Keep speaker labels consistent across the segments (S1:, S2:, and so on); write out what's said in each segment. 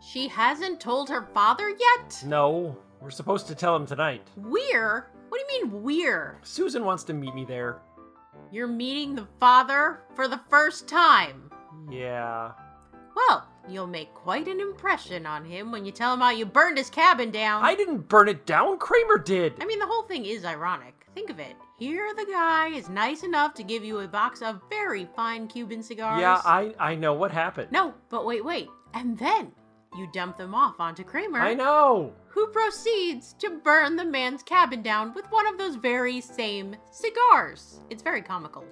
S1: She hasn't told her father yet?
S2: No, we're supposed to tell him tonight.
S1: We're? What do you mean we're?
S2: Susan wants to meet me there.
S1: You're meeting the father for the first time.
S2: Yeah.
S1: Well, you'll make quite an impression on him when you tell him how you burned his cabin down.
S2: I didn't burn it down, Kramer did.
S1: I mean, the whole thing is ironic. Think of it. Here, the guy is nice enough to give you a box of very fine Cuban cigars.
S2: Yeah, I, I know what happened.
S1: No, but wait, wait. And then you dump them off onto Kramer,
S2: I know.
S1: who proceeds to burn the man's cabin down with one of those very same cigars. It's very comical.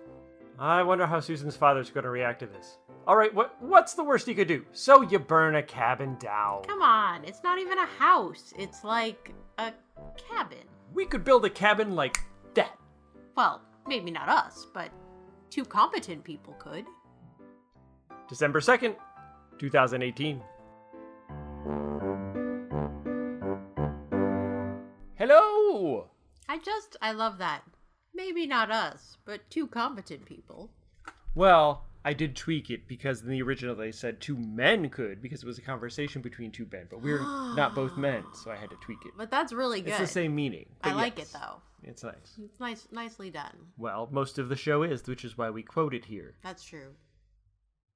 S2: I wonder how Susan's father's going to react to this. All right, what what's the worst he could do? So you burn a cabin down.
S1: Come on, it's not even a house. It's like a cabin.
S2: We could build a cabin like that.
S1: Well, maybe not us, but two competent people could.
S2: December 2nd, 2018.
S3: Hello!
S1: I just, I love that. Maybe not us, but two competent people.
S2: Well, I did tweak it because in the original they said two men could because it was a conversation between two men, but we're not both men, so I had to tweak it.
S1: But that's really good.
S2: It's the same meaning.
S1: I
S2: but
S1: like it
S2: yes,
S1: though.
S2: It's nice.
S1: It's nice, nicely done.
S2: Well, most of the show is, which is why we quote it here.
S1: That's true.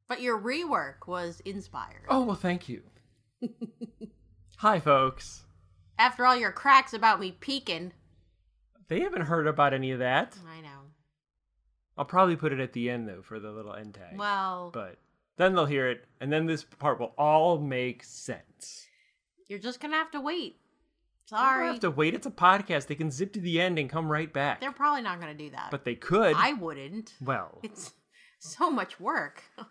S1: But your rework was inspired.
S2: Oh, well, thank you. Hi, folks.
S1: After all your cracks about me peeking,
S2: They haven't heard about any of that.
S1: I know.
S2: I'll probably put it at the end, though, for the little end tag.
S1: Well,
S2: But then they'll hear it, and then this part will all make sense.
S1: you're just gonna have to wait.
S2: I
S1: Sorry,
S2: don't have to wait. It's a podcast. They can zip to the end and come right back.
S1: they're probably not gonna do that.
S2: but they could.
S1: Uh, I wouldn't.
S2: Well,
S1: It's so much work.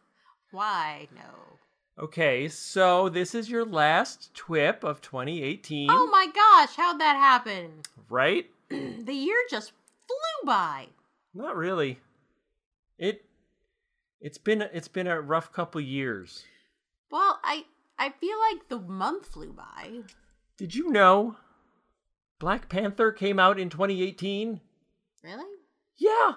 S1: Why no?
S2: okay, so this is your last TWIP of 2018,
S1: Oh my gosh, how'd that happen?
S2: right?
S1: the year just flew by.
S2: Not really. It it's been it's been a rough couple years.
S1: Well, I I feel like the month flew by.
S2: Did you know Black Panther came out in 2018?
S1: Really?
S2: Yeah.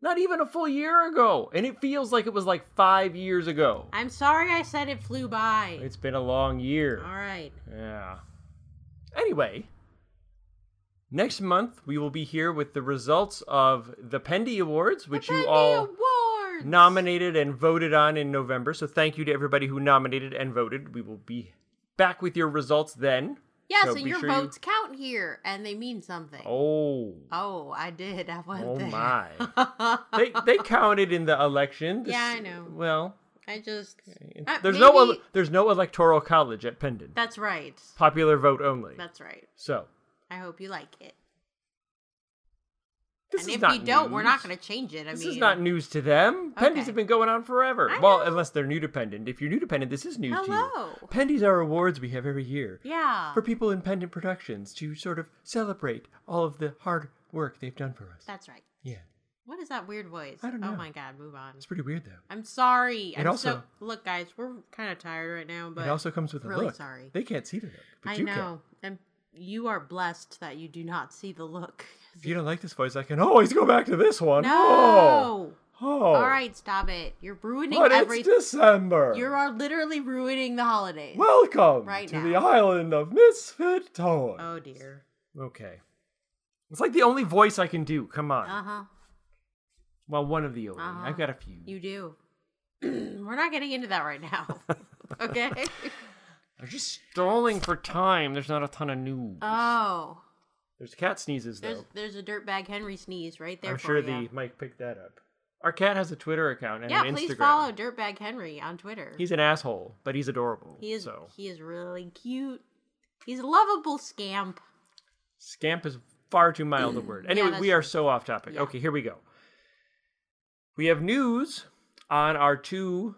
S2: Not even a full year ago, and it feels like it was like 5 years ago.
S1: I'm sorry I said it flew by.
S2: It's been a long year.
S1: All right.
S2: Yeah. Anyway, next month we will be here with the results of the Pendy Awards, which
S1: The
S2: you
S1: Pendy
S2: all
S1: awards.
S2: nominated and voted on in November. So thank you to everybody who nominated and voted. We will be back with your results then.
S1: Yes,
S2: so
S1: and
S2: be
S1: your
S2: sure you-
S1: votes count here, and they mean something.
S2: Oh.
S1: Oh, I did. I went
S2: Oh
S1: there.
S2: my. they they counted in the election.
S1: Yeah, I know.
S2: Well,
S1: I just. Uh,
S2: there's no
S1: maybe-
S2: ele- there's no electoral college at Pendon.
S1: That's right.
S2: Popular vote only.
S1: That's right.
S2: So
S1: I hope you like it.
S2: this
S1: and
S2: is
S1: if
S2: not
S1: you don't, we're not
S2: news.
S1: going to change it. I
S2: this
S1: mean,
S2: is not news to them.
S1: Okay.
S2: Pendies have been going on forever.
S1: I
S2: well,
S1: know.
S2: unless they're new dependent. If you're new dependent, this is news
S1: Hello.
S2: to you. Pendies are awards we have every year
S1: Yeah.
S2: for people in Pendant Productions to sort of celebrate all of the hard work they've done for us.
S1: That's right.
S2: yeah,
S1: What is that weird voice?
S2: I don't
S1: Oh
S2: know.
S1: my god, move on.
S2: it's pretty weird though.
S1: I'm sorry. I'm
S2: And also-
S1: so look guys, we're kind of tired right now, but
S2: it also comes with a
S1: really
S2: look.
S1: sorry.
S2: They can't see the look, but
S1: I
S2: you can.
S1: know. And you are blessed that you do not see the look.
S2: If you don't like this voice, I can always go back to this one. Oh,
S1: No.
S2: oh.
S1: All right, stop it. You're ruining
S2: But it's
S1: everything.
S2: December.
S1: You are literally ruining the holidays.
S2: Welcome
S1: Right
S2: to
S1: now.
S2: the island of misfit toys.
S1: oh dear.
S2: Okay. It's like the only voice I can do. Come on.
S1: Uh-huh.
S2: Well, one of the only.
S1: Uh-huh.
S2: I've got a few.
S1: You do. we're not getting into that right now. okay?
S2: I'm just stalling for time. There's not a ton of news.
S1: Oh.
S2: There's cat sneezes though.
S1: There's there's a dirtbag Henry sneeze right there
S2: I'm
S1: for
S2: sure
S1: ya.
S2: the Mike picked that up. Our cat has a Twitter account and
S1: Yeah,
S2: an Instagram.
S1: please follow Dirtbag Henry on Twitter.
S2: He's an asshole, but he's adorable.
S1: He is
S2: so
S1: he is really cute. He's a lovable scamp.
S2: scamp is far too mild a word. Anyway,
S1: that's
S2: we are so off topic.
S1: Yeah.
S2: Okay, here we go. We have news on our two.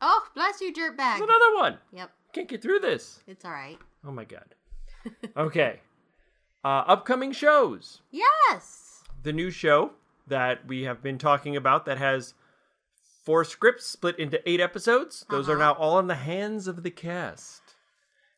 S1: Oh, bless you, dirtbag.
S2: There's another one.
S1: Yep,
S2: Can't get through this.
S1: it's all right.
S2: Oh my god. Okay. Uh, upcoming shows.
S1: Yes.
S2: The new show that we have been talking about that has four scripts split into eight episodes. Those are now all in the hands of the cast.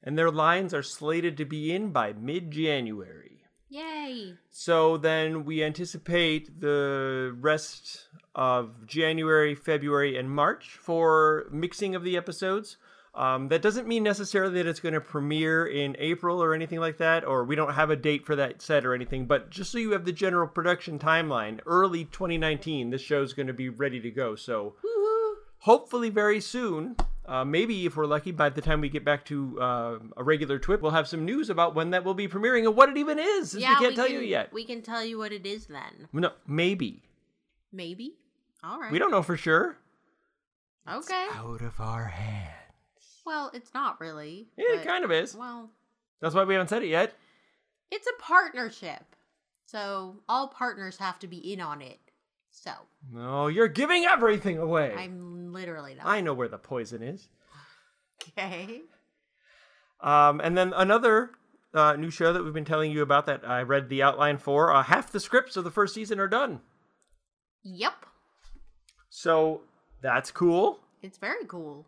S2: And their lines are slated to be in by mid January.
S1: Yay.
S2: So then we anticipate the rest of January, February, and March for mixing of the episodes. Um, that doesn't mean necessarily that it's going to premiere in April or anything like that, or we don't have a date for that set or anything, but just so you have the general production timeline, early 2019, this show's going to be ready to go. So hopefully, very soon, uh, maybe if we're lucky, by the time we get back to uh, a regular TWIP, we'll have some news about when that will be premiering and what it even is, since we can't tell you
S1: can-
S2: yet.
S1: We can tell you what it is then.
S2: no, maybe.
S1: Maybe. All right.
S2: We don't know for sure.
S1: Okay.
S2: Out of our hand.
S1: Well, it's not really.
S2: Yeah, it
S1: but-
S2: kind of is.
S1: Well,
S2: That's why we haven't said it yet.
S1: it's a partnership. So all partners have to be in on it. So
S2: No, you're giving everything away.
S1: I'm literally not.
S2: I know where the poison is.
S1: Okay.
S2: Um, and then another uh, new show that we've been telling you about that I read the outline for. Uh, half the scripts of the first season are done,
S1: Yep.
S2: so that's cool.
S1: It's very cool.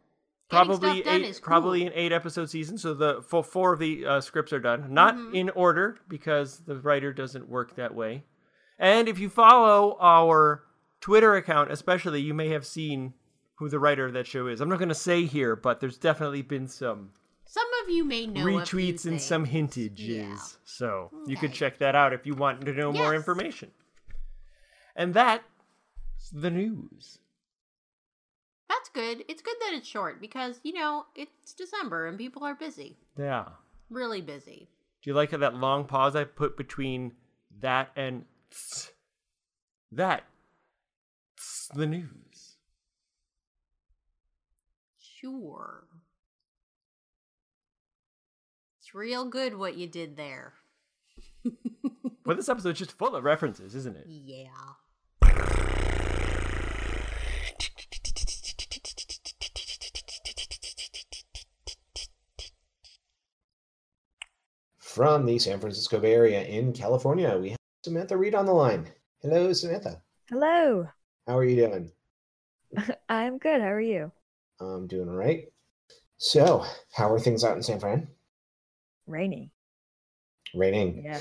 S1: Getting
S2: Probably
S1: stuff done
S2: eight,
S1: is cool.
S2: probably an eight episode season. So the full four of the uh, scripts are done, not
S1: Mm-hmm.
S2: in order because the writer doesn't work that way. And if you follow our Twitter account, especially, you may have seen who the writer of that show is. I'm not going to say here, but there's definitely been some
S1: Some of you may know a few
S2: retweets and some
S1: things.
S2: hintages.
S1: Yeah.
S2: So you could
S1: Okay.
S2: check that out if you want to know more
S1: Yes.
S2: information. And that's the news.
S1: That's good. It's good that it's short because you know it's December and people are busy,
S2: Yeah.
S1: really busy.
S2: Do you like that long pause I put between that and tss? that? Tss, the news.
S1: Sure. It's real good what you did there.
S2: Well, this episode's just full of references, isn't it?
S1: Yeah.
S4: From the San Francisco Bay Area in California, we have Samantha Reed on the line. Hello, Samantha.
S5: Hello.
S4: How are you doing?
S5: I'm good. How are you?
S4: I'm doing all right. So, how are things out in San Fran?
S5: Rainy.
S4: Raining.
S5: Yeah.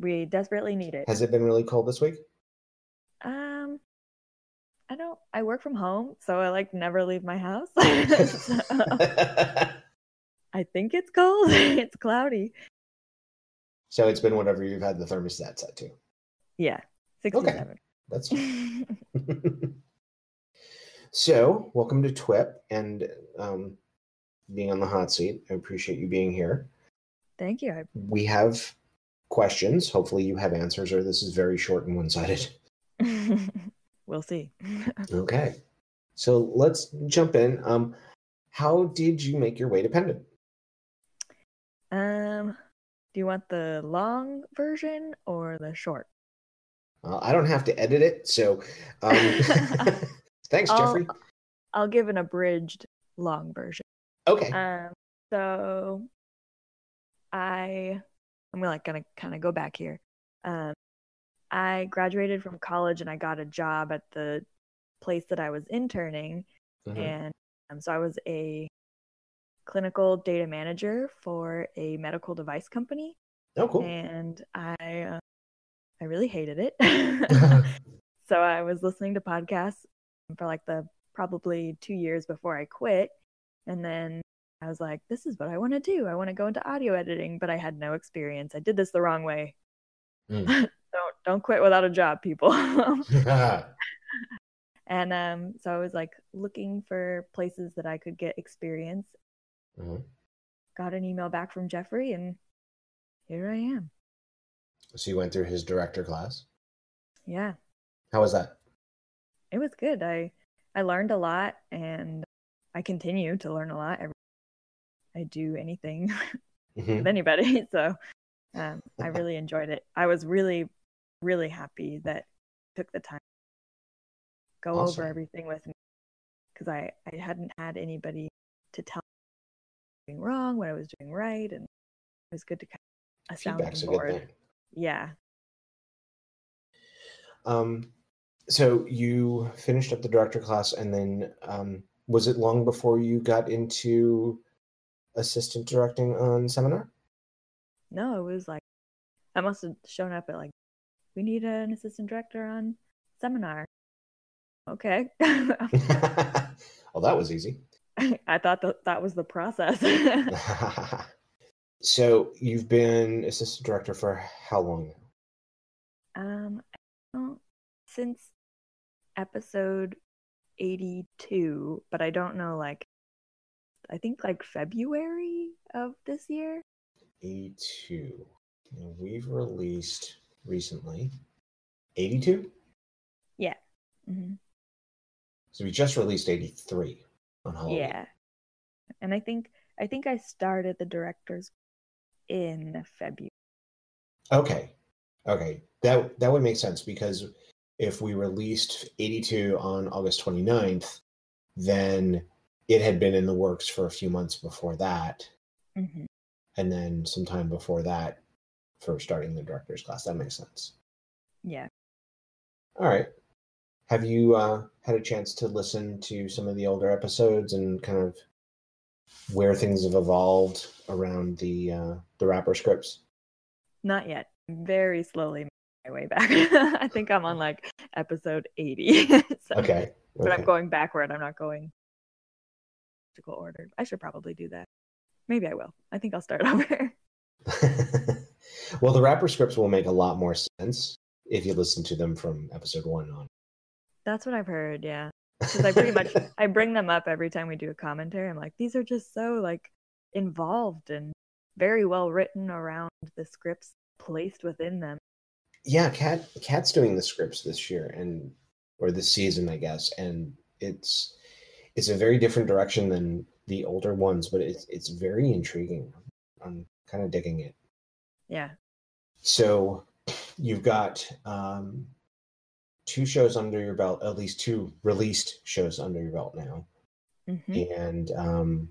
S5: We desperately need it.
S4: Has it been really cold this week?
S5: Um I don't I work from home, so I like never leave my house. So, I think it's cold. it's cloudy.
S4: so it's been whatever you've had the thermostat set to.
S5: Yeah. 67.
S4: That's so welcome to TWIP and um, being on the hot seat. I appreciate you being here.
S5: Thank you. I-
S4: We have questions. Hopefully, you have answers, or this is very short and one-sided.
S5: we'll see.
S4: Okay. So let's jump in. Um, how did you make your way to Pendant?
S5: Um do you want the long version or the short?
S4: Uh, I don't have to edit it, so um, thanks,
S5: I'll-
S4: Jeffrey.
S5: I'll give an abridged long version.
S4: Okay.
S5: Um, so I I'm like gonna kind of go back here. Um, I graduated from college and I got a job at the place that I was interning,
S4: Mhm.
S5: and um, so I was a clinical data manager for a medical device company,
S4: Oh, cool.
S5: and I uh, I really hated it. so I was listening to podcasts for like the probably two years before I quit. And then I was like, this is what I want to do. I want to go into audio editing, but I had no experience. I did this the wrong way.
S4: Mm.
S5: don't don't quit without a job, people. and um, so I was like looking for places that I could get experience.
S4: Mhm.
S5: Got an email back from Jeffrey, and here I am.
S4: So you went through his director class.
S5: Yeah.
S4: How was that?
S5: it was good. I I learned a lot and I continue to learn a lot. Every, I do anything
S4: Mhm.
S5: with anybody, so um, I really enjoyed it. I was really really happy that I took the time to go
S4: Awesome.
S5: over everything with me because I I hadn't had anybody to tell me what I was doing wrong, what I was doing right, and it was good to kind of a sounding
S4: Feedback's a good
S5: board.
S4: thing.
S5: Yeah,
S4: Um, so you finished up the director class, and then um, was it long before you got into assistant directing on seminar?
S5: No, it was like I must have shown up at like we need an assistant director on seminar. Okay.
S4: well, that was easy.
S5: I thought that that was the process.
S4: so you've been assistant director for how long now?
S5: um, I don't, since episode 82, but I don't know, like, I think like February of this year.
S4: 82. And we've released recently 82?
S5: Mhm.
S4: So we just released 83 on Halloween.
S5: Yeah. And I think, I think I started the director's in February.
S4: Okay. Okay. That that would make sense because if we released 82 on August 29th, then it had been in the works for a few months before that
S5: Mm-hmm.
S4: and then sometime before that for starting the director's class. That makes sense.
S5: Yeah.
S4: All right. Have you uh, had a chance to listen to some of the older episodes and kind of where things have evolved around the uh, the rapper scripts?
S5: Not yet. Very slowly my way back. I think I'm on like episode 80. so,
S4: Okay.
S5: But
S4: okay.
S5: I'm going backward. I'm not going logical order. I should probably do that. Maybe I will. I think I'll start over.
S4: well, the rapper scripts will make a lot more sense if you listen to them from episode one on.
S5: That's what I've heard. Yeah. Because I pretty much I bring them up every time we do a commentary. I'm like, these are just so like involved and very well written around the scripts placed within them.
S4: yeah, Cat Cat's doing the scripts this year and or this season, I guess, and it's it's a very different direction than the older ones, but it's it's very intriguing. I'm kind of digging it.
S5: Yeah.
S4: So you've got um, two shows under your belt, at least two released shows under your belt now.
S5: hmm
S4: And um,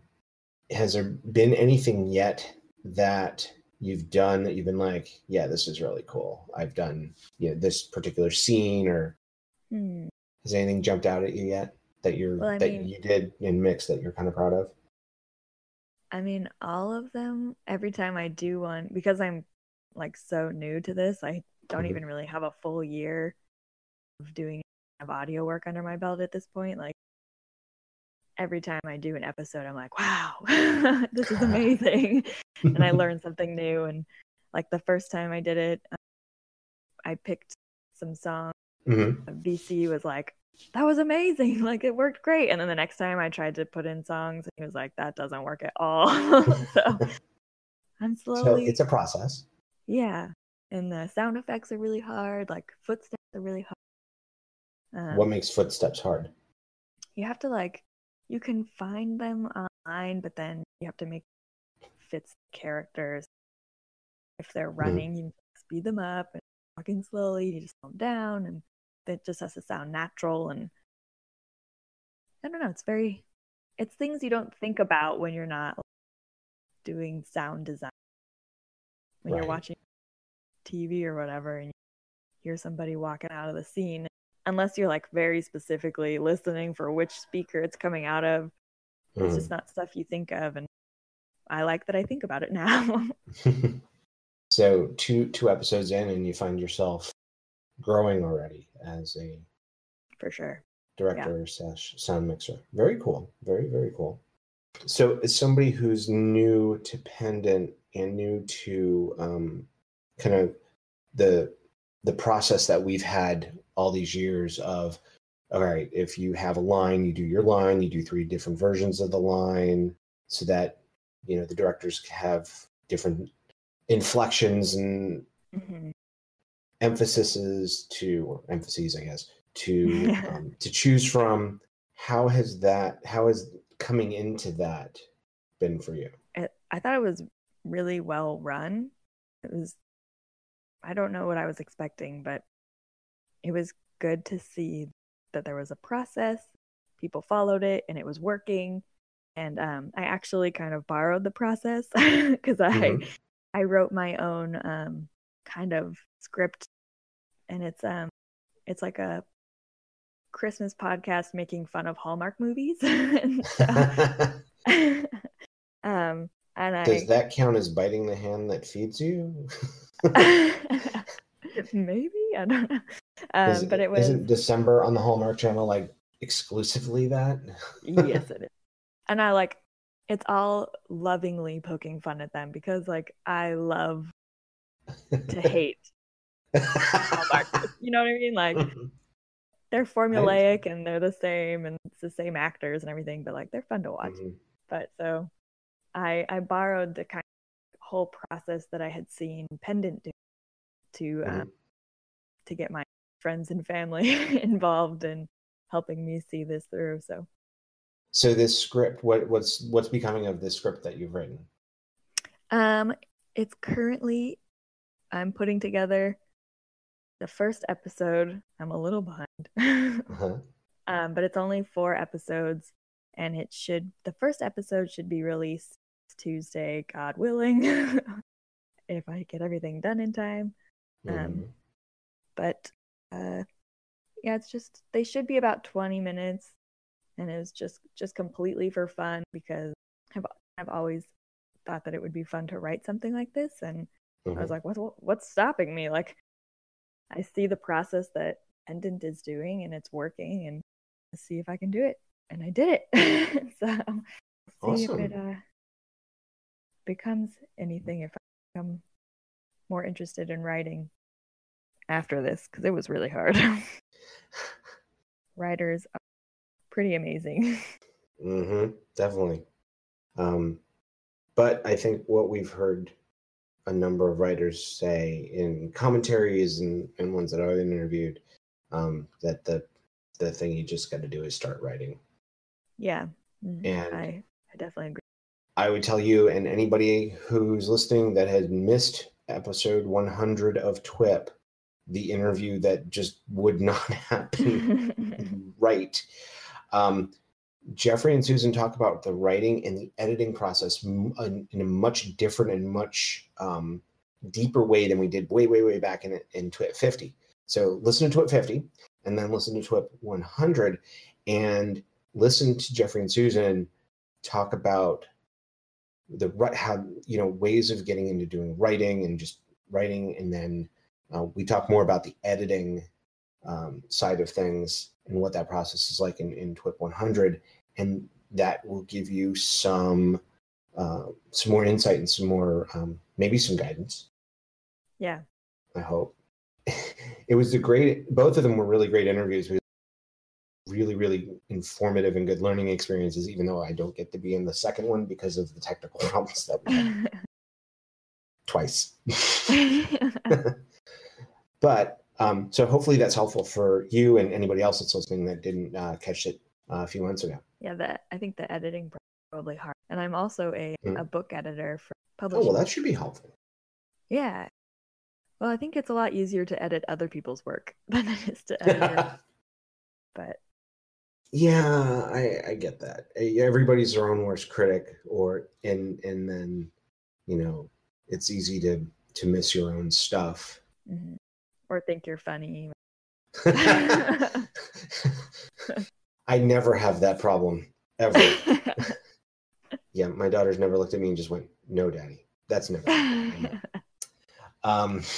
S4: has there been anything yet that you've done that you've been like, yeah, this is really cool. I've done you know this particular scene, or
S5: Hmm.
S4: has anything jumped out at you yet that you're
S5: Well, I
S4: that
S5: mean-
S4: you did in mix that you're kind of proud of?
S5: I mean, all of them, every time I do one, because I'm like so new to this, I don't
S4: Mhm.
S5: even really have a full year of doing of audio work under my belt at this point. Like every time I do an episode, I'm like, wow, this is amazing. and I learned something new. And like the first time I did it, um, I picked some songs.
S4: Mhm.
S5: VC was like, that was amazing. Like it worked great. And then the next time I tried to put in songs, he was like, that doesn't work at all. so I'm
S4: So
S5: slowly,
S4: it's a process.
S5: yeah. And the sound effects are really hard. Like footsteps are really hard. Um,
S4: What makes footsteps hard?
S5: you have to like, you can find them online, but then you have to make fits the characters. If they're running, you speed them up and walking slowly, you just slow them down and it just has to sound natural and I don't know, it's very it's things you don't think about when you're not doing sound design. When
S4: Right.
S5: you're watching TV or whatever and you hear somebody walking out of the scene, unless you're like very specifically listening for which speaker it's coming out of, it's just not stuff you think of and I like that I think about it now.
S4: Mhm. so two two episodes in, and you find yourself growing already as a
S5: for sure.
S4: director slash sound mixer. Very cool. Very, very cool. So as somebody who's new to Pendant and new to um, kind of the the process that we've had all these years of all right, if you have a line, you do your line, you do three different versions of the line so that you know the directors have different inflections and
S5: hmm
S4: emphases to or emphases i guess to um, to choose from how has that how has coming into that been for you
S5: I, I thought it was really well run. It was, I don't know what I was expecting, but it was good to see that there was a process, people followed it, and it was working. And um, I actually kind of borrowed the process because I
S4: Mhm.
S5: I wrote my own um, kind of script, and it's um it's like a Christmas podcast making fun of Hallmark movies. And so-
S4: does
S5: um, and I
S4: that count as biting the hand that feeds you
S5: maybe I don't know,
S4: Is-
S5: um, but it was
S4: isn't december on the hallmark channel like exclusively that
S5: yes, it is. and I like it's all lovingly poking fun at them because like I love to hate. all Marxists, you know what I mean? Like
S4: Mm-hmm.
S5: they're formulaic and they're the same and it's the same actors and everything, but like they're fun to watch.
S4: Mhm.
S5: But so I I borrowed the kind of whole process that I had seen Pendant do to
S4: mm-hmm.
S5: um, to get my friends and family involved in helping me see this through. So
S4: So this script, what what's what's becoming of this script that you've written?
S5: Um, it's currently I'm putting together the first episode. I'm a little behind.
S4: Uh-huh.
S5: um, but it's only four episodes and it should the first episode should be released Tuesday, God willing. if I get everything done in time. Um,
S4: Mhm.
S5: but uh yeah, it's just they should be about 20 minutes and it was just just completely for fun because I've I've always thought that it would be fun to write something like this and I
S4: mm-hmm.
S5: was like, what's what's stopping me? Like, I see the process that Pendant is doing and it's working, and I see if I can do it. And I did it. so I'll see
S4: Awesome.
S5: if it uh, becomes anything. If I become more interested in writing after this, because it was really hard. Writers are pretty amazing.
S4: hmm Definitely. Um, but I think what we've heard a number of writers say in commentaries and, and ones that I've been interviewed, um, that the the thing you just got to do is start writing.
S5: yeah, Mhm.
S4: And
S5: I I definitely agree.
S4: I would tell you and anybody who's listening that has missed episode 100 of TWIP, the interview that just would not happen Mm-hmm. right. Um, Jeffrey and Susan talk about the writing and the editing process m- in in a much different and much um, deeper way than we did way, way, way back in in Twit 50. So listen to Twit 50, and then listen to Twit 100, and listen to Jeffrey and Susan talk about the ri- how you know ways of getting into doing writing and just writing, and then uh, we talk more about the editing um, side of things and what that process is like in, in TWIP 100. And that will give you some uh, some more insight and some more um, maybe some guidance.
S5: Yeah.
S4: I hope it was a great. Both of them were really great interviews. With really really informative and good learning experiences. Even though I don't get to be in the second one because of the technical problems that we had twice. but um, so hopefully that's helpful for you and anybody else that's listening that didn't uh, catch it uh, a few months ago.
S5: Yeah, the I think the editing pro- probably hard. And I'm also a,
S4: Mm.
S5: a book editor for
S4: Oh
S5: publishing.
S4: well, that should be helpful.
S5: yeah. Well, I think it's a lot easier to edit other people's work than it is to edit. your- but
S4: yeah, I, I get that. Eh, Everybody's their own worst critic, or and and then you know it's easy to to miss your own stuff.
S5: mhm. or think you're funny.
S4: I never have that problem ever. yeah, my daughter's never looked at me and just went, "No, daddy, that's never." happened." um.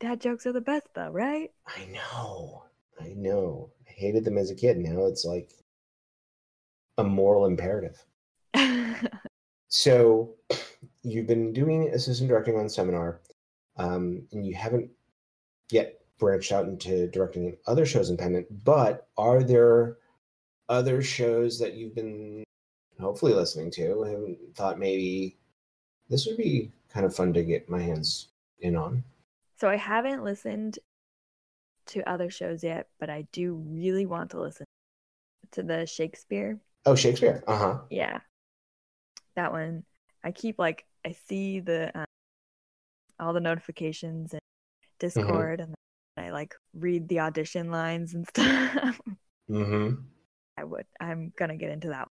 S5: Dad jokes are the best though, right?
S4: I know. I know. I hated them as a kid. Now it's like a moral imperative. So you've been doing assistant directing on seminar, um, and you haven't yet branched out into directing in other shows in Pendant, but are there other shows that you've been hopefully listening to and thought maybe this would be kind of fun to get my hands in on?
S5: so I haven't listened to other shows yet, but I do really want to listen to the Shakespeare
S4: Oh, Shakespeare. Uh huh.
S5: Yeah. That one. I keep like I see the um, all the notifications and Discord and I like read the audition lines and stuff.
S4: Mm hmm.
S5: I would I'm going to get into that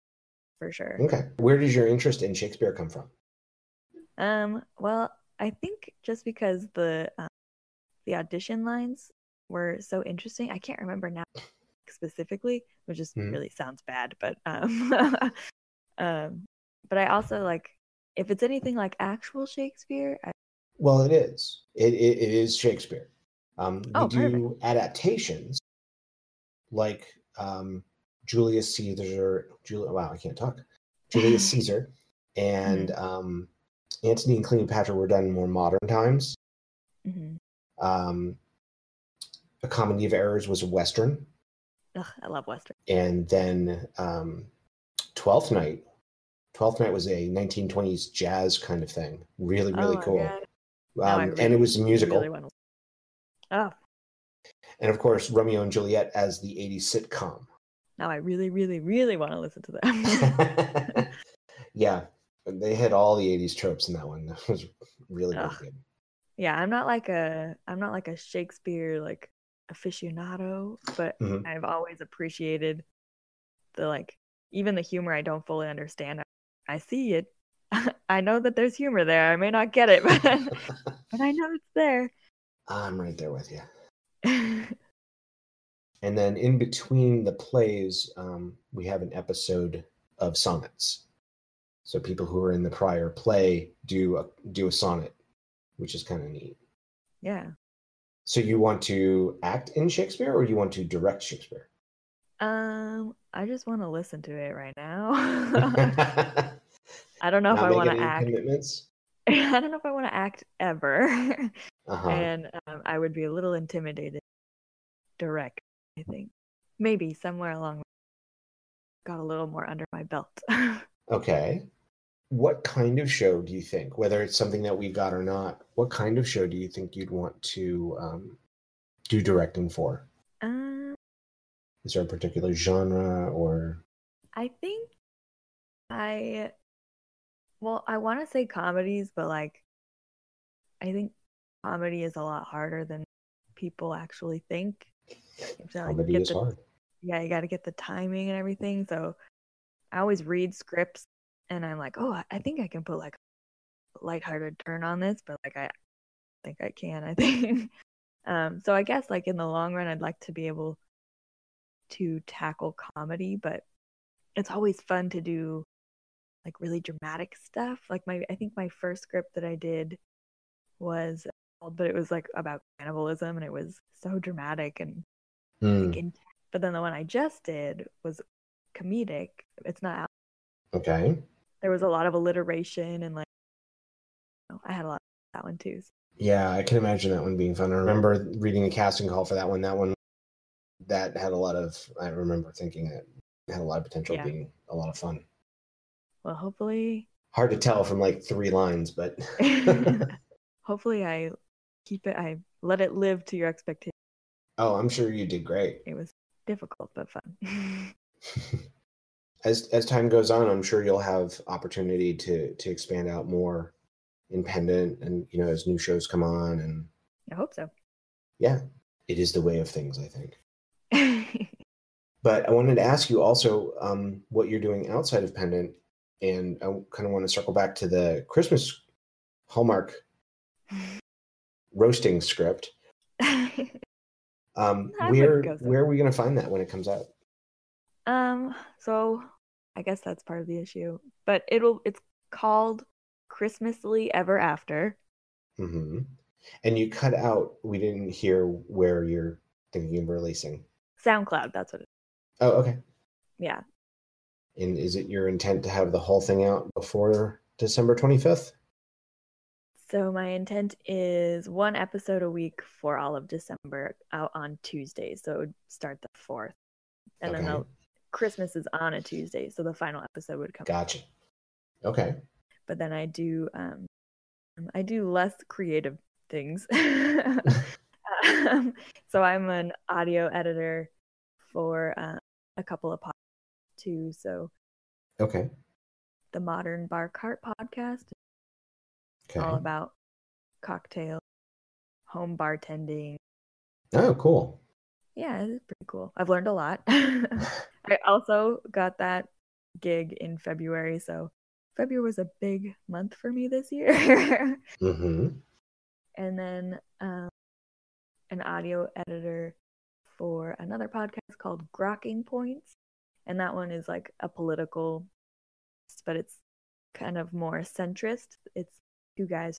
S5: for sure.
S4: Okay. Where does your interest in Shakespeare come from?
S5: Um well, I think just because the um, the audition lines were so interesting. I can't remember now specifically, which just
S4: Mhm.
S5: really sounds bad, but um, um, but I also like if it's anything like actual Shakespeare, I,
S4: Well, it is. It it, it is Shakespeare. Um, we
S5: Oh,
S4: do adaptations like um, Julius Caesar. Julia, wow, I can't talk. Julius Caesar and
S5: Mm-hmm.
S4: um, Antony and Cleopatra were done in more modern times.
S5: hmm
S4: Um, a Comedy of Errors was a Western.
S5: Ugh, I love Western.
S4: and then um, Twelfth Night. Twelfth Night was a 1920s jazz kind of thing. Really, really
S5: Oh,
S4: cool.
S5: yeah. I
S4: Um,
S5: really-
S4: and it was a
S5: I
S4: musical.
S5: really wanna- Oh,
S4: And of course, Romeo and Juliet as the 80s sitcom.
S5: now I really, really, really want to listen to that.
S4: yeah, they hit all the 80s tropes in that one. That was really, really
S5: Ugh.
S4: good.
S5: yeah, I'm not like a I'm not like a Shakespeare like aficionado, but
S4: Mhm.
S5: I've always appreciated the like even the humor I don't fully understand. I, I see it. I know that there's humor there. I may not get it, but but I know it's there.
S4: Mm-hmm. I'm right there with you.
S5: Mhm.
S4: And then in between the plays, um, we have an episode of sonnets. So people who are in the prior play do a, do a sonnet, which is kind of neat.
S5: yeah.
S4: So you want to act in Shakespeare, or you want to direct Shakespeare?
S5: Um, I just want to listen to it right now.
S4: Not
S5: I don't know if I
S4: make
S5: want to
S4: any
S5: act.
S4: commitments.
S5: I don't know if I want to act ever.
S4: Uh huh.
S5: and um, I would be a little intimidated. Direct, I think. Maybe somewhere along got a little more under my belt.
S4: Okay. What kind of show do you think, whether it's something that we got or not, what kind of show do you think you'd want to um, do directing for?
S5: um,
S4: Is there a particular genre or?
S5: I think I well, I want to say comedies, but like I think comedy is a lot harder than people actually think. You have to, like,
S4: Comedy
S5: get
S4: is
S5: the-
S4: hard.
S5: yeah, you got to get the timing and everything. So I always read scripts and I'm like, oh, I- I think I can put like a lighthearted turn on this, but like I think I can. I think. um, so I guess like in the long run, I'd like to be able to tackle comedy, but it's always fun to do like really dramatic stuff. Like my, I think my first script that I did was, but it was like about cannibalism and it was so dramatic and
S4: Hmm,
S5: in- but then the one I just did was comedic. It's not out.
S4: okay.
S5: There was a lot of alliteration and like, you know, I had a lot of that one too.
S4: Yeah, I can imagine that one being fun. I remember reading the casting call for that one. That one that had a lot of I remember thinking that it had a lot of potential
S5: Yeah.
S4: being a lot of fun.
S5: Well, hopefully,
S4: Hard to tell from like three lines, but
S5: hopefully I keep it. I let it live to your expectation.
S4: oh, I'm sure you did great.
S5: It was difficult but fun.
S4: as as time goes on, I'm sure you'll have opportunity to to expand out more in pendant and you know as new shows come on and
S5: I hope so.
S4: yeah, it is the way of things, I think. But I wanted to ask you also um, what you're doing outside of Pendant, and I kind of want to circle back to the Christmas Hallmark roasting script. Um,
S5: I wouldn't
S4: where
S5: go so
S4: where are we going to find that when it comes out?
S5: um. So I guess that's part of the issue, but it'll. It's called Christmasly Ever After.
S4: hmm And you cut out. We didn't hear where you're thinking of releasing.
S5: SoundCloud. That's what. it
S4: Oh, okay.
S5: Yeah.
S4: And is it your intent to have the whole thing out before December 25th?
S5: So my intent is one episode a week for all of December out on Tuesdays. So it would start the fourth. And then the
S4: Okay.
S5: Christmas is on a Tuesday, so the final episode would come.
S4: Gotcha. Okay.
S5: But then I do um I do less creative things. um, so I'm an audio editor for uh, a couple of podcasts too. So
S4: Okay.
S5: the Modern Bar Cart podcast
S4: Okay.
S5: all about cocktail, home bartending,
S4: oh, cool.
S5: Yeah, it's pretty cool. I've learned a lot. I also got that gig in February, so February was a big month for me this year.
S4: hmm
S5: and then um, an audio editor for another podcast called Grokking Points, and that one is like a political, but it's kind of more centrist. It's two guys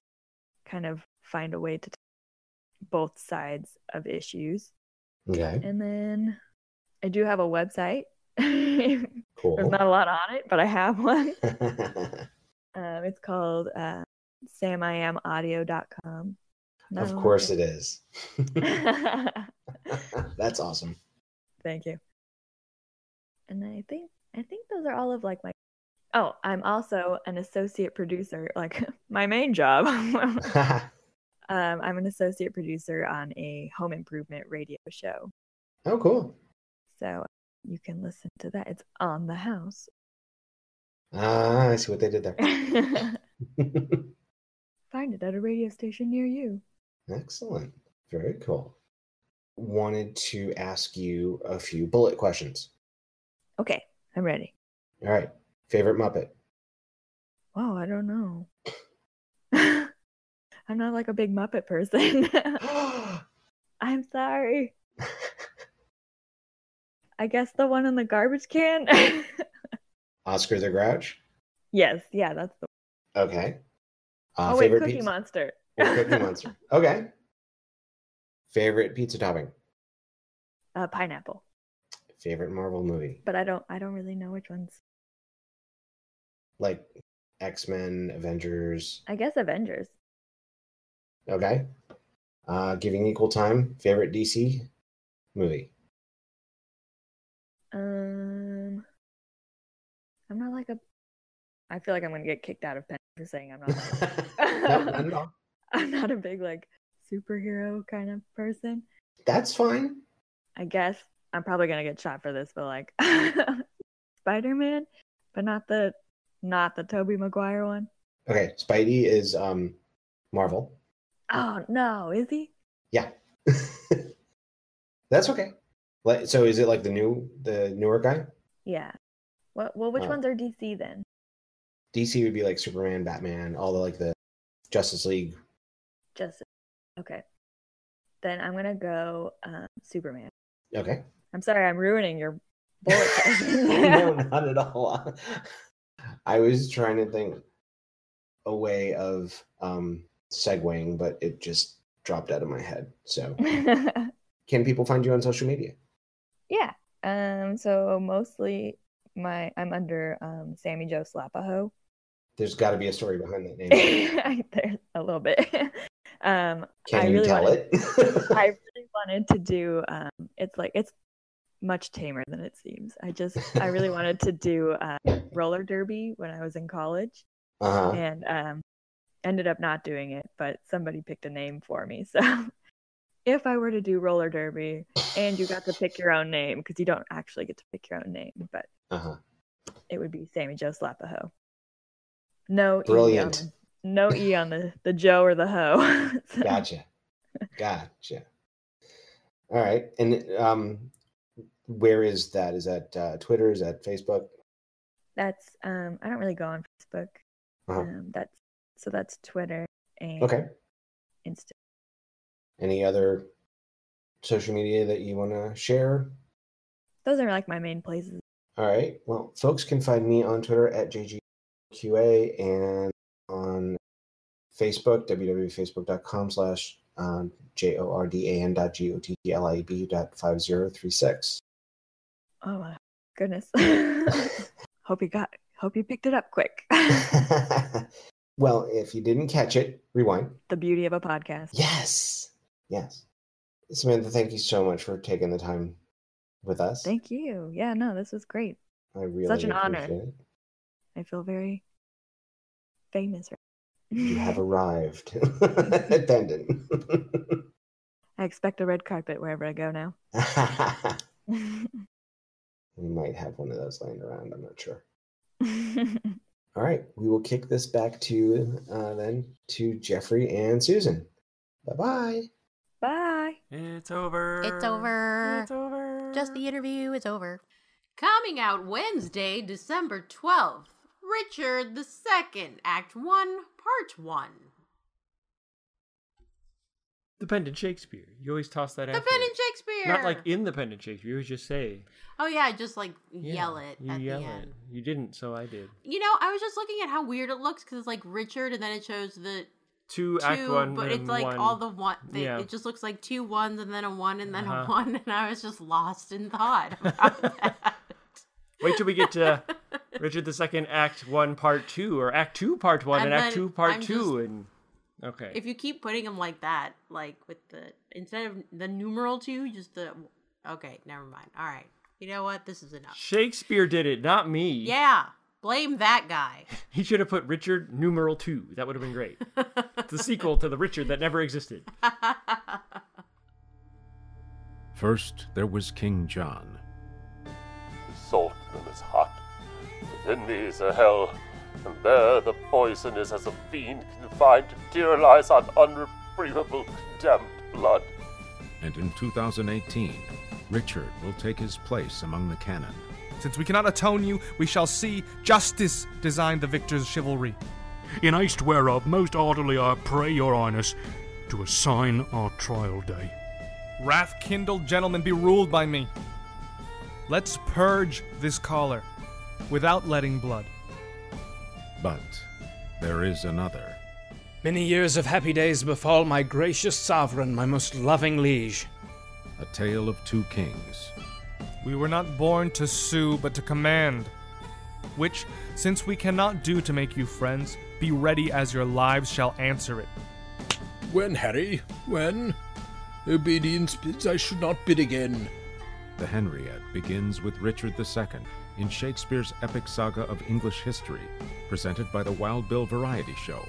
S5: kind of find a way to t- both sides of issues.
S4: Okay.
S5: And then I do have a website. There's
S4: Cool.
S5: not a lot on it, but I have one. Um, it's called uh, samiamaudio.com.
S4: of course
S5: it
S4: it is.
S5: is.
S4: That's awesome.
S5: Thank you. And I think I think those are all of like my. Oh, I'm also an associate producer. Like my main job. um, I'm an associate producer on a home improvement radio show.
S4: oh, cool.
S5: So you can listen to that. It's on the house.
S4: Ah, I see what they did
S5: Find
S4: there.
S5: it at a radio station near you.
S4: Excellent. Very cool. Wanted to ask you a few bullet questions.
S5: Okay, I'm ready.
S4: All right. Favorite Muppet?
S5: Wow, I don't know. I'm not like a big Muppet person. I'm sorry. I guess the one in the garbage can.
S4: Oscar the Grouch?
S5: yes, yeah, that's the.
S4: Okay. Uh,
S5: oh wait,
S4: favorite
S5: Cookie
S4: pizza-
S5: Monster.
S4: or Cookie Monster. Okay. Favorite pizza topping?
S5: Uh, pineapple,
S4: Favorite Marvel movie?
S5: but I don't. I don't really know which ones.
S4: Like X Men, Avengers.
S5: I guess Avengers.
S4: Okay. Uh, giving equal time. Favorite DC movie?
S5: Um, I'm not like a. I feel like I'm gonna get kicked out of pen for saying I'm not.
S4: no,
S5: Like,
S4: not at all.
S5: I'm not a big like superhero kind of person.
S4: That's fine.
S5: I guess I'm probably gonna get shot for this, but like Spider Man, but not the not the Toby Maguire one.
S4: Okay, Spidey is um Marvel.
S5: Oh no, is he?
S4: That's okay. Like, so is it like the new the newer guy?
S5: Yeah. Well, well which
S4: Uh,
S5: ones are DC then?
S4: DC would be like Superman, Batman, all the like the Justice League.
S5: Just okay. Then I'm gonna go um, Superman.
S4: Okay.
S5: I'm sorry, I'm ruining your bullet.
S4: no, not at all. I was trying to think a way of um segueing, but it just dropped out of my head. So
S5: question.
S4: can people find you on social media?
S5: yeah. Um. So mostly my I'm under um Sammy Joe Slapahoe.
S4: There's gotta be a story behind that name.
S5: There's a little bit. Um,
S4: Can
S5: I
S4: you
S5: really
S4: tell
S5: wanted,
S4: it?
S5: I really wanted to do. Um, it's like it's much tamer than it seems. I just I really wanted to do uh, roller derby when I was in college,
S4: uh-huh.
S5: and um, ended up not doing it. But somebody picked a name for me, so if I were to do roller derby, and you got to pick your own name because you don't actually get to pick your own name, but
S4: Uh-huh.
S5: it would be Sammy Joe Slapahoe. No E on
S4: Brilliant.
S5: the, no E on the, the Joe or the hoe. So,
S4: Gotcha. Gotcha. All right. And um where is that? Is that uh, Twitter? Is that Facebook?
S5: That's um I don't really go on Facebook.
S4: Uh-huh.
S5: Um, that's so that's Twitter and
S4: Okay.
S5: Insta.
S4: Any other social media that you want to share?
S5: Those are like my main places.
S4: All right. Well, folks can find me on Twitter at JGQA and on Facebook, www.facebook.com slash um, J-O-R-D-A-N dot G-O-T-T-L-I-B E dot 5036.
S5: Oh my goodness. hope you got hope you picked it up quick.
S4: well, if you didn't catch it, rewind.
S5: the beauty of a podcast.
S4: Yes. Yes. Samantha, thank you so much for taking the time with us.
S5: Thank you. Yeah, no, this was great.
S4: I really
S5: Such an honor.
S4: appreciate it.
S5: I feel very famous right
S4: You
S5: now.
S4: have arrived at Bendon.
S5: I expect a red carpet wherever I go now.
S4: we might have one of those laying around. I'm not sure. All right. We will kick this back to uh, then to Jeffrey and Susan. Bye bye.
S5: Bye.
S2: It's over.
S1: It's over.
S2: It's over.
S1: Just the interview is over. Mm-hmm. Coming out Wednesday, December 12th. Richard II, Act 1, Part 1.
S2: the pendant Shakespeare. You always toss that
S1: The
S2: out.
S1: Pen and Shakespeare.
S2: Not like in the pendant Shakespeare. You always just say.
S1: Oh yeah, just like
S2: yeah,
S1: yell it
S2: You
S1: at
S2: yell
S1: the
S2: it.
S1: end.
S2: You didn't, so I did.
S1: You know, I was just looking at how weird it looks because it's like Richard, and then it shows the
S2: Two,
S1: two,
S2: act one,
S1: but it's
S2: and
S1: like
S2: one.
S1: all the one. They,
S2: Yeah.
S1: It just looks like two ones, and then a one, and then
S2: Uh-huh.
S1: a one, and I was just lost in thought about that.
S2: Wait till we get to Richard the Second Act One Part Two, or Act Two Part One, and
S1: I'm
S2: Act
S1: not-
S2: Two Part
S1: I'm
S2: Two, and okay.
S1: If you keep putting them like that, like with the instead of the numeral two, just the okay, never mind. All right, you know what? This is enough.
S2: Shakespeare did it, not me.
S1: Yeah, blame that guy.
S2: He should have put Richard numeral two. That would have been great. It's the sequel to the Richard that never existed.
S6: First, there was King John.
S7: The salt them is hot. Within me is a hell, and there the poison is as a fiend confined to tyrannize on unreprievable, condemned blood.
S6: And in 2018, Richard will take his place among the canon.
S8: Since we cannot atone you, we shall see justice design the victor's chivalry.
S9: In haste whereof, most heartily I pray your highness to assign our trial day.
S8: Wrath kindled, gentlemen, be ruled by me. Let's purge this collar without letting blood.
S6: But there is another.
S10: Many years of happy days befall my gracious sovereign, my most loving liege.
S6: A tale of two kings.
S8: We were not born to sue, but to command. Which, since we cannot do to make you friends, be ready as your lives shall answer it.
S11: When, Harry? When? Obedience bids I should not bid again.
S6: The Henriette begins with Richard II in Shakespeare's epic saga of English history, presented by the Wild Bill Variety Show.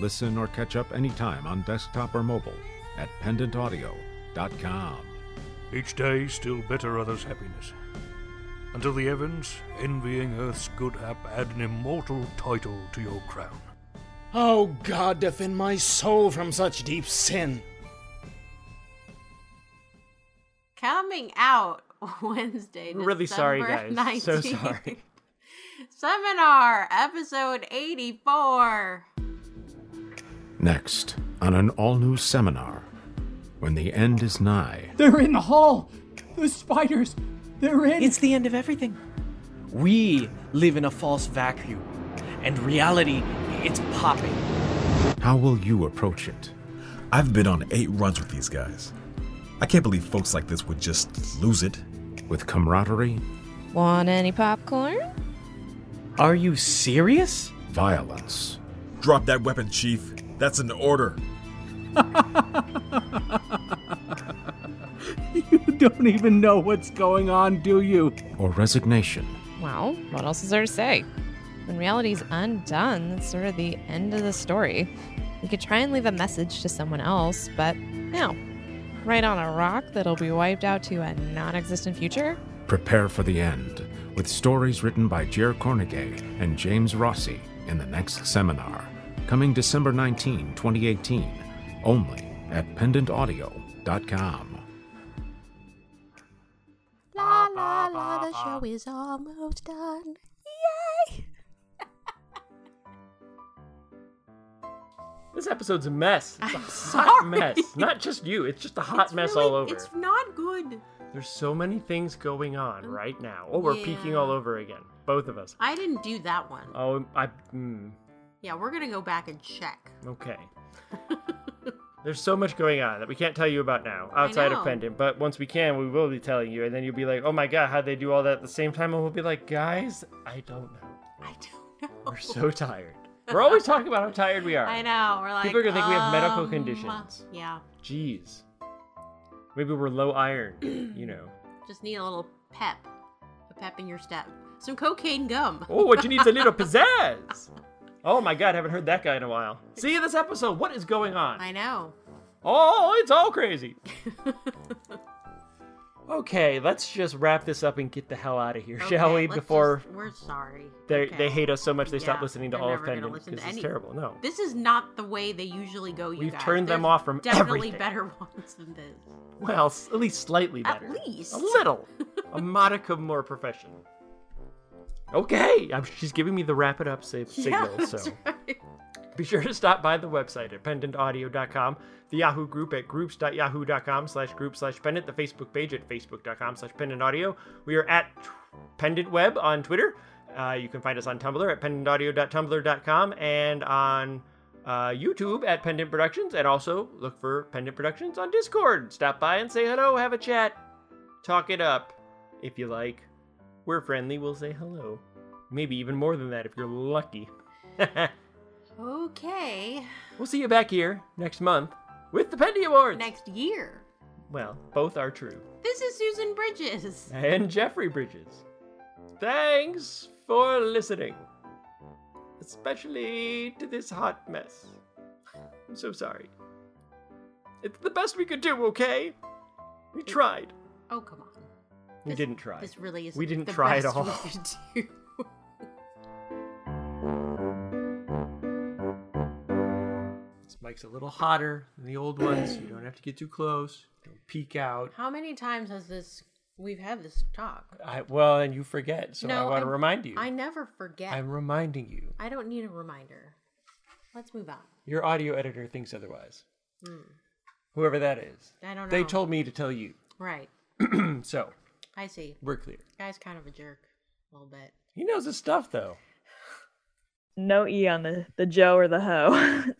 S6: Listen or catch up anytime on desktop or mobile at pendantaudio.com.
S9: Each day still better others' happiness. Until the heavens, envying earth's good hap, add an immortal title to your crown.
S10: Oh God, defend my soul from such deep sin.
S1: Coming out Wednesday.
S2: We're really sorry,
S1: December
S2: guys. So
S1: 19th.
S2: sorry.
S1: Seminar episode eighty-four.
S6: Next, on an all new seminar, when the end is nigh,
S12: They're in the hall! The spiders! They're in!
S13: It's the end of everything. We live in a false vacuum, and reality, it's popping.
S6: how will you approach it?
S14: I've been on eight runs with these guys. I can't believe folks like this would just lose it.
S6: With camaraderie,
S15: Want any popcorn?
S13: Are you serious?
S6: violence,
S14: Drop that weapon, Chief. That's an order.
S12: You don't even know what's going on, do you?
S6: or resignation?
S15: Well, what else is there to say? When reality's undone, that's sort of the end of the story. You could try and leave a message to someone else, but no. Right on a rock that'll be wiped out to a non existent future?
S6: Prepare for the end with stories written by Jer Cornegay and James Rossi in the next seminar, coming December 19, 2018, only at pendantaudio.com.
S1: La la la, the show is almost done. Yay!
S2: This episode's a mess. It's a hot mess. Not just you. It's just a hot
S1: It's
S2: mess
S1: really-
S2: all over.
S1: It's not good.
S2: There's so many things going on right now. Oh, we're peeking
S1: Um, Yeah.
S2: all over again. Both of us.
S1: I didn't do that one.
S2: Oh, I. Mm,
S1: Yeah, we're gonna go back and check.
S2: okay. There's so much going on that we can't tell you about now outside of
S1: know.
S2: Pendant. But once we can, we will be telling you. And then you'll be like, oh my God, how'd they do all that at the same time? And we'll be like, guys, I don't know.
S1: I don't know.
S2: We're so tired. We're always talking about how tired we are.
S1: I know. We're like
S2: People are gonna think we have medical
S1: um,
S2: conditions.
S1: Yeah,
S2: Jeez. Maybe we're low iron, you know.
S1: just need a little pep, a pep in your step, some cocaine gum.
S2: Oh, what you need is a little pizzazz. Oh my god, haven't heard that guy in a while. See you this episode, what is going on?
S1: I know.
S2: Oh, it's all crazy. okay, let's just wrap this up and get the hell out of here, shall
S1: Okay,
S2: we?
S1: let's
S2: Before
S1: just- we're sorry.
S2: they
S1: Okay.
S2: they hate us so much they stop
S1: Yeah,
S2: listening to
S1: they're
S2: all of
S1: never gonna
S2: Pendant
S1: listen to
S2: because it's
S1: any-
S2: terrible. No.
S1: This is not the way they usually go. You
S2: We've
S1: guys.
S2: turned them
S1: There's
S2: off from
S1: definitely
S2: everything.
S1: better ones than this.
S2: Well, s- at least slightly
S1: At
S2: better.
S1: least.
S2: A little. a modicum more professional. Okay, I'm, she's giving me the wrap it up sa- signal,
S1: yeah,
S2: so.
S1: that's right.
S2: Be sure to stop by the website at pendantaudio.com, the Yahoo group at groups.yahoo.com slash group slash pendant, the Facebook page at facebook.com slash pendantaudio. We are at t- pendantweb on Twitter. Uh, you can find us on Tumblr at pendantaudio.tumblr.com and on uh, YouTube at Pendant Productions, and also look for Pendant Productions on Discord. Stop by and say hello, have a chat, talk it up if you like. We're friendly. We'll say hello. Maybe even more than that if you're lucky.
S1: Okay.
S2: we'll see you back here next month with the Pendy Awards.
S1: Next year.
S2: Well, both are true.
S1: This is Susan Bridges.
S2: And Jeffrey Bridges. Thanks for listening. Especially to this hot mess. I'm so sorry. It's the best we could do, okay? We tried.
S1: Oh, come on.
S2: We didn't try.
S1: This really is
S2: We didn't
S1: the
S2: try at
S1: best
S2: all.
S1: we could do.
S2: This mic's a little hotter than the old ones. You don't have to get too close. Don't peek out.
S1: How many times has this we've had this talk?
S2: I, well, and you forget, so I want to
S1: I'm-
S2: remind you.
S1: I never forget.
S2: I'm reminding you.
S1: I don't need a reminder. Let's move on.
S2: Your audio editor thinks otherwise.
S1: Hmm.
S2: Whoever that is.
S1: I don't
S2: They
S1: know.
S2: told me to tell you. Hmm,
S1: Right.
S2: so,
S1: I see.
S2: we're clear.
S1: Guy's kind of a jerk, a little bit.
S2: He knows his stuff, though.
S5: No E on the, the Joe or the Ho.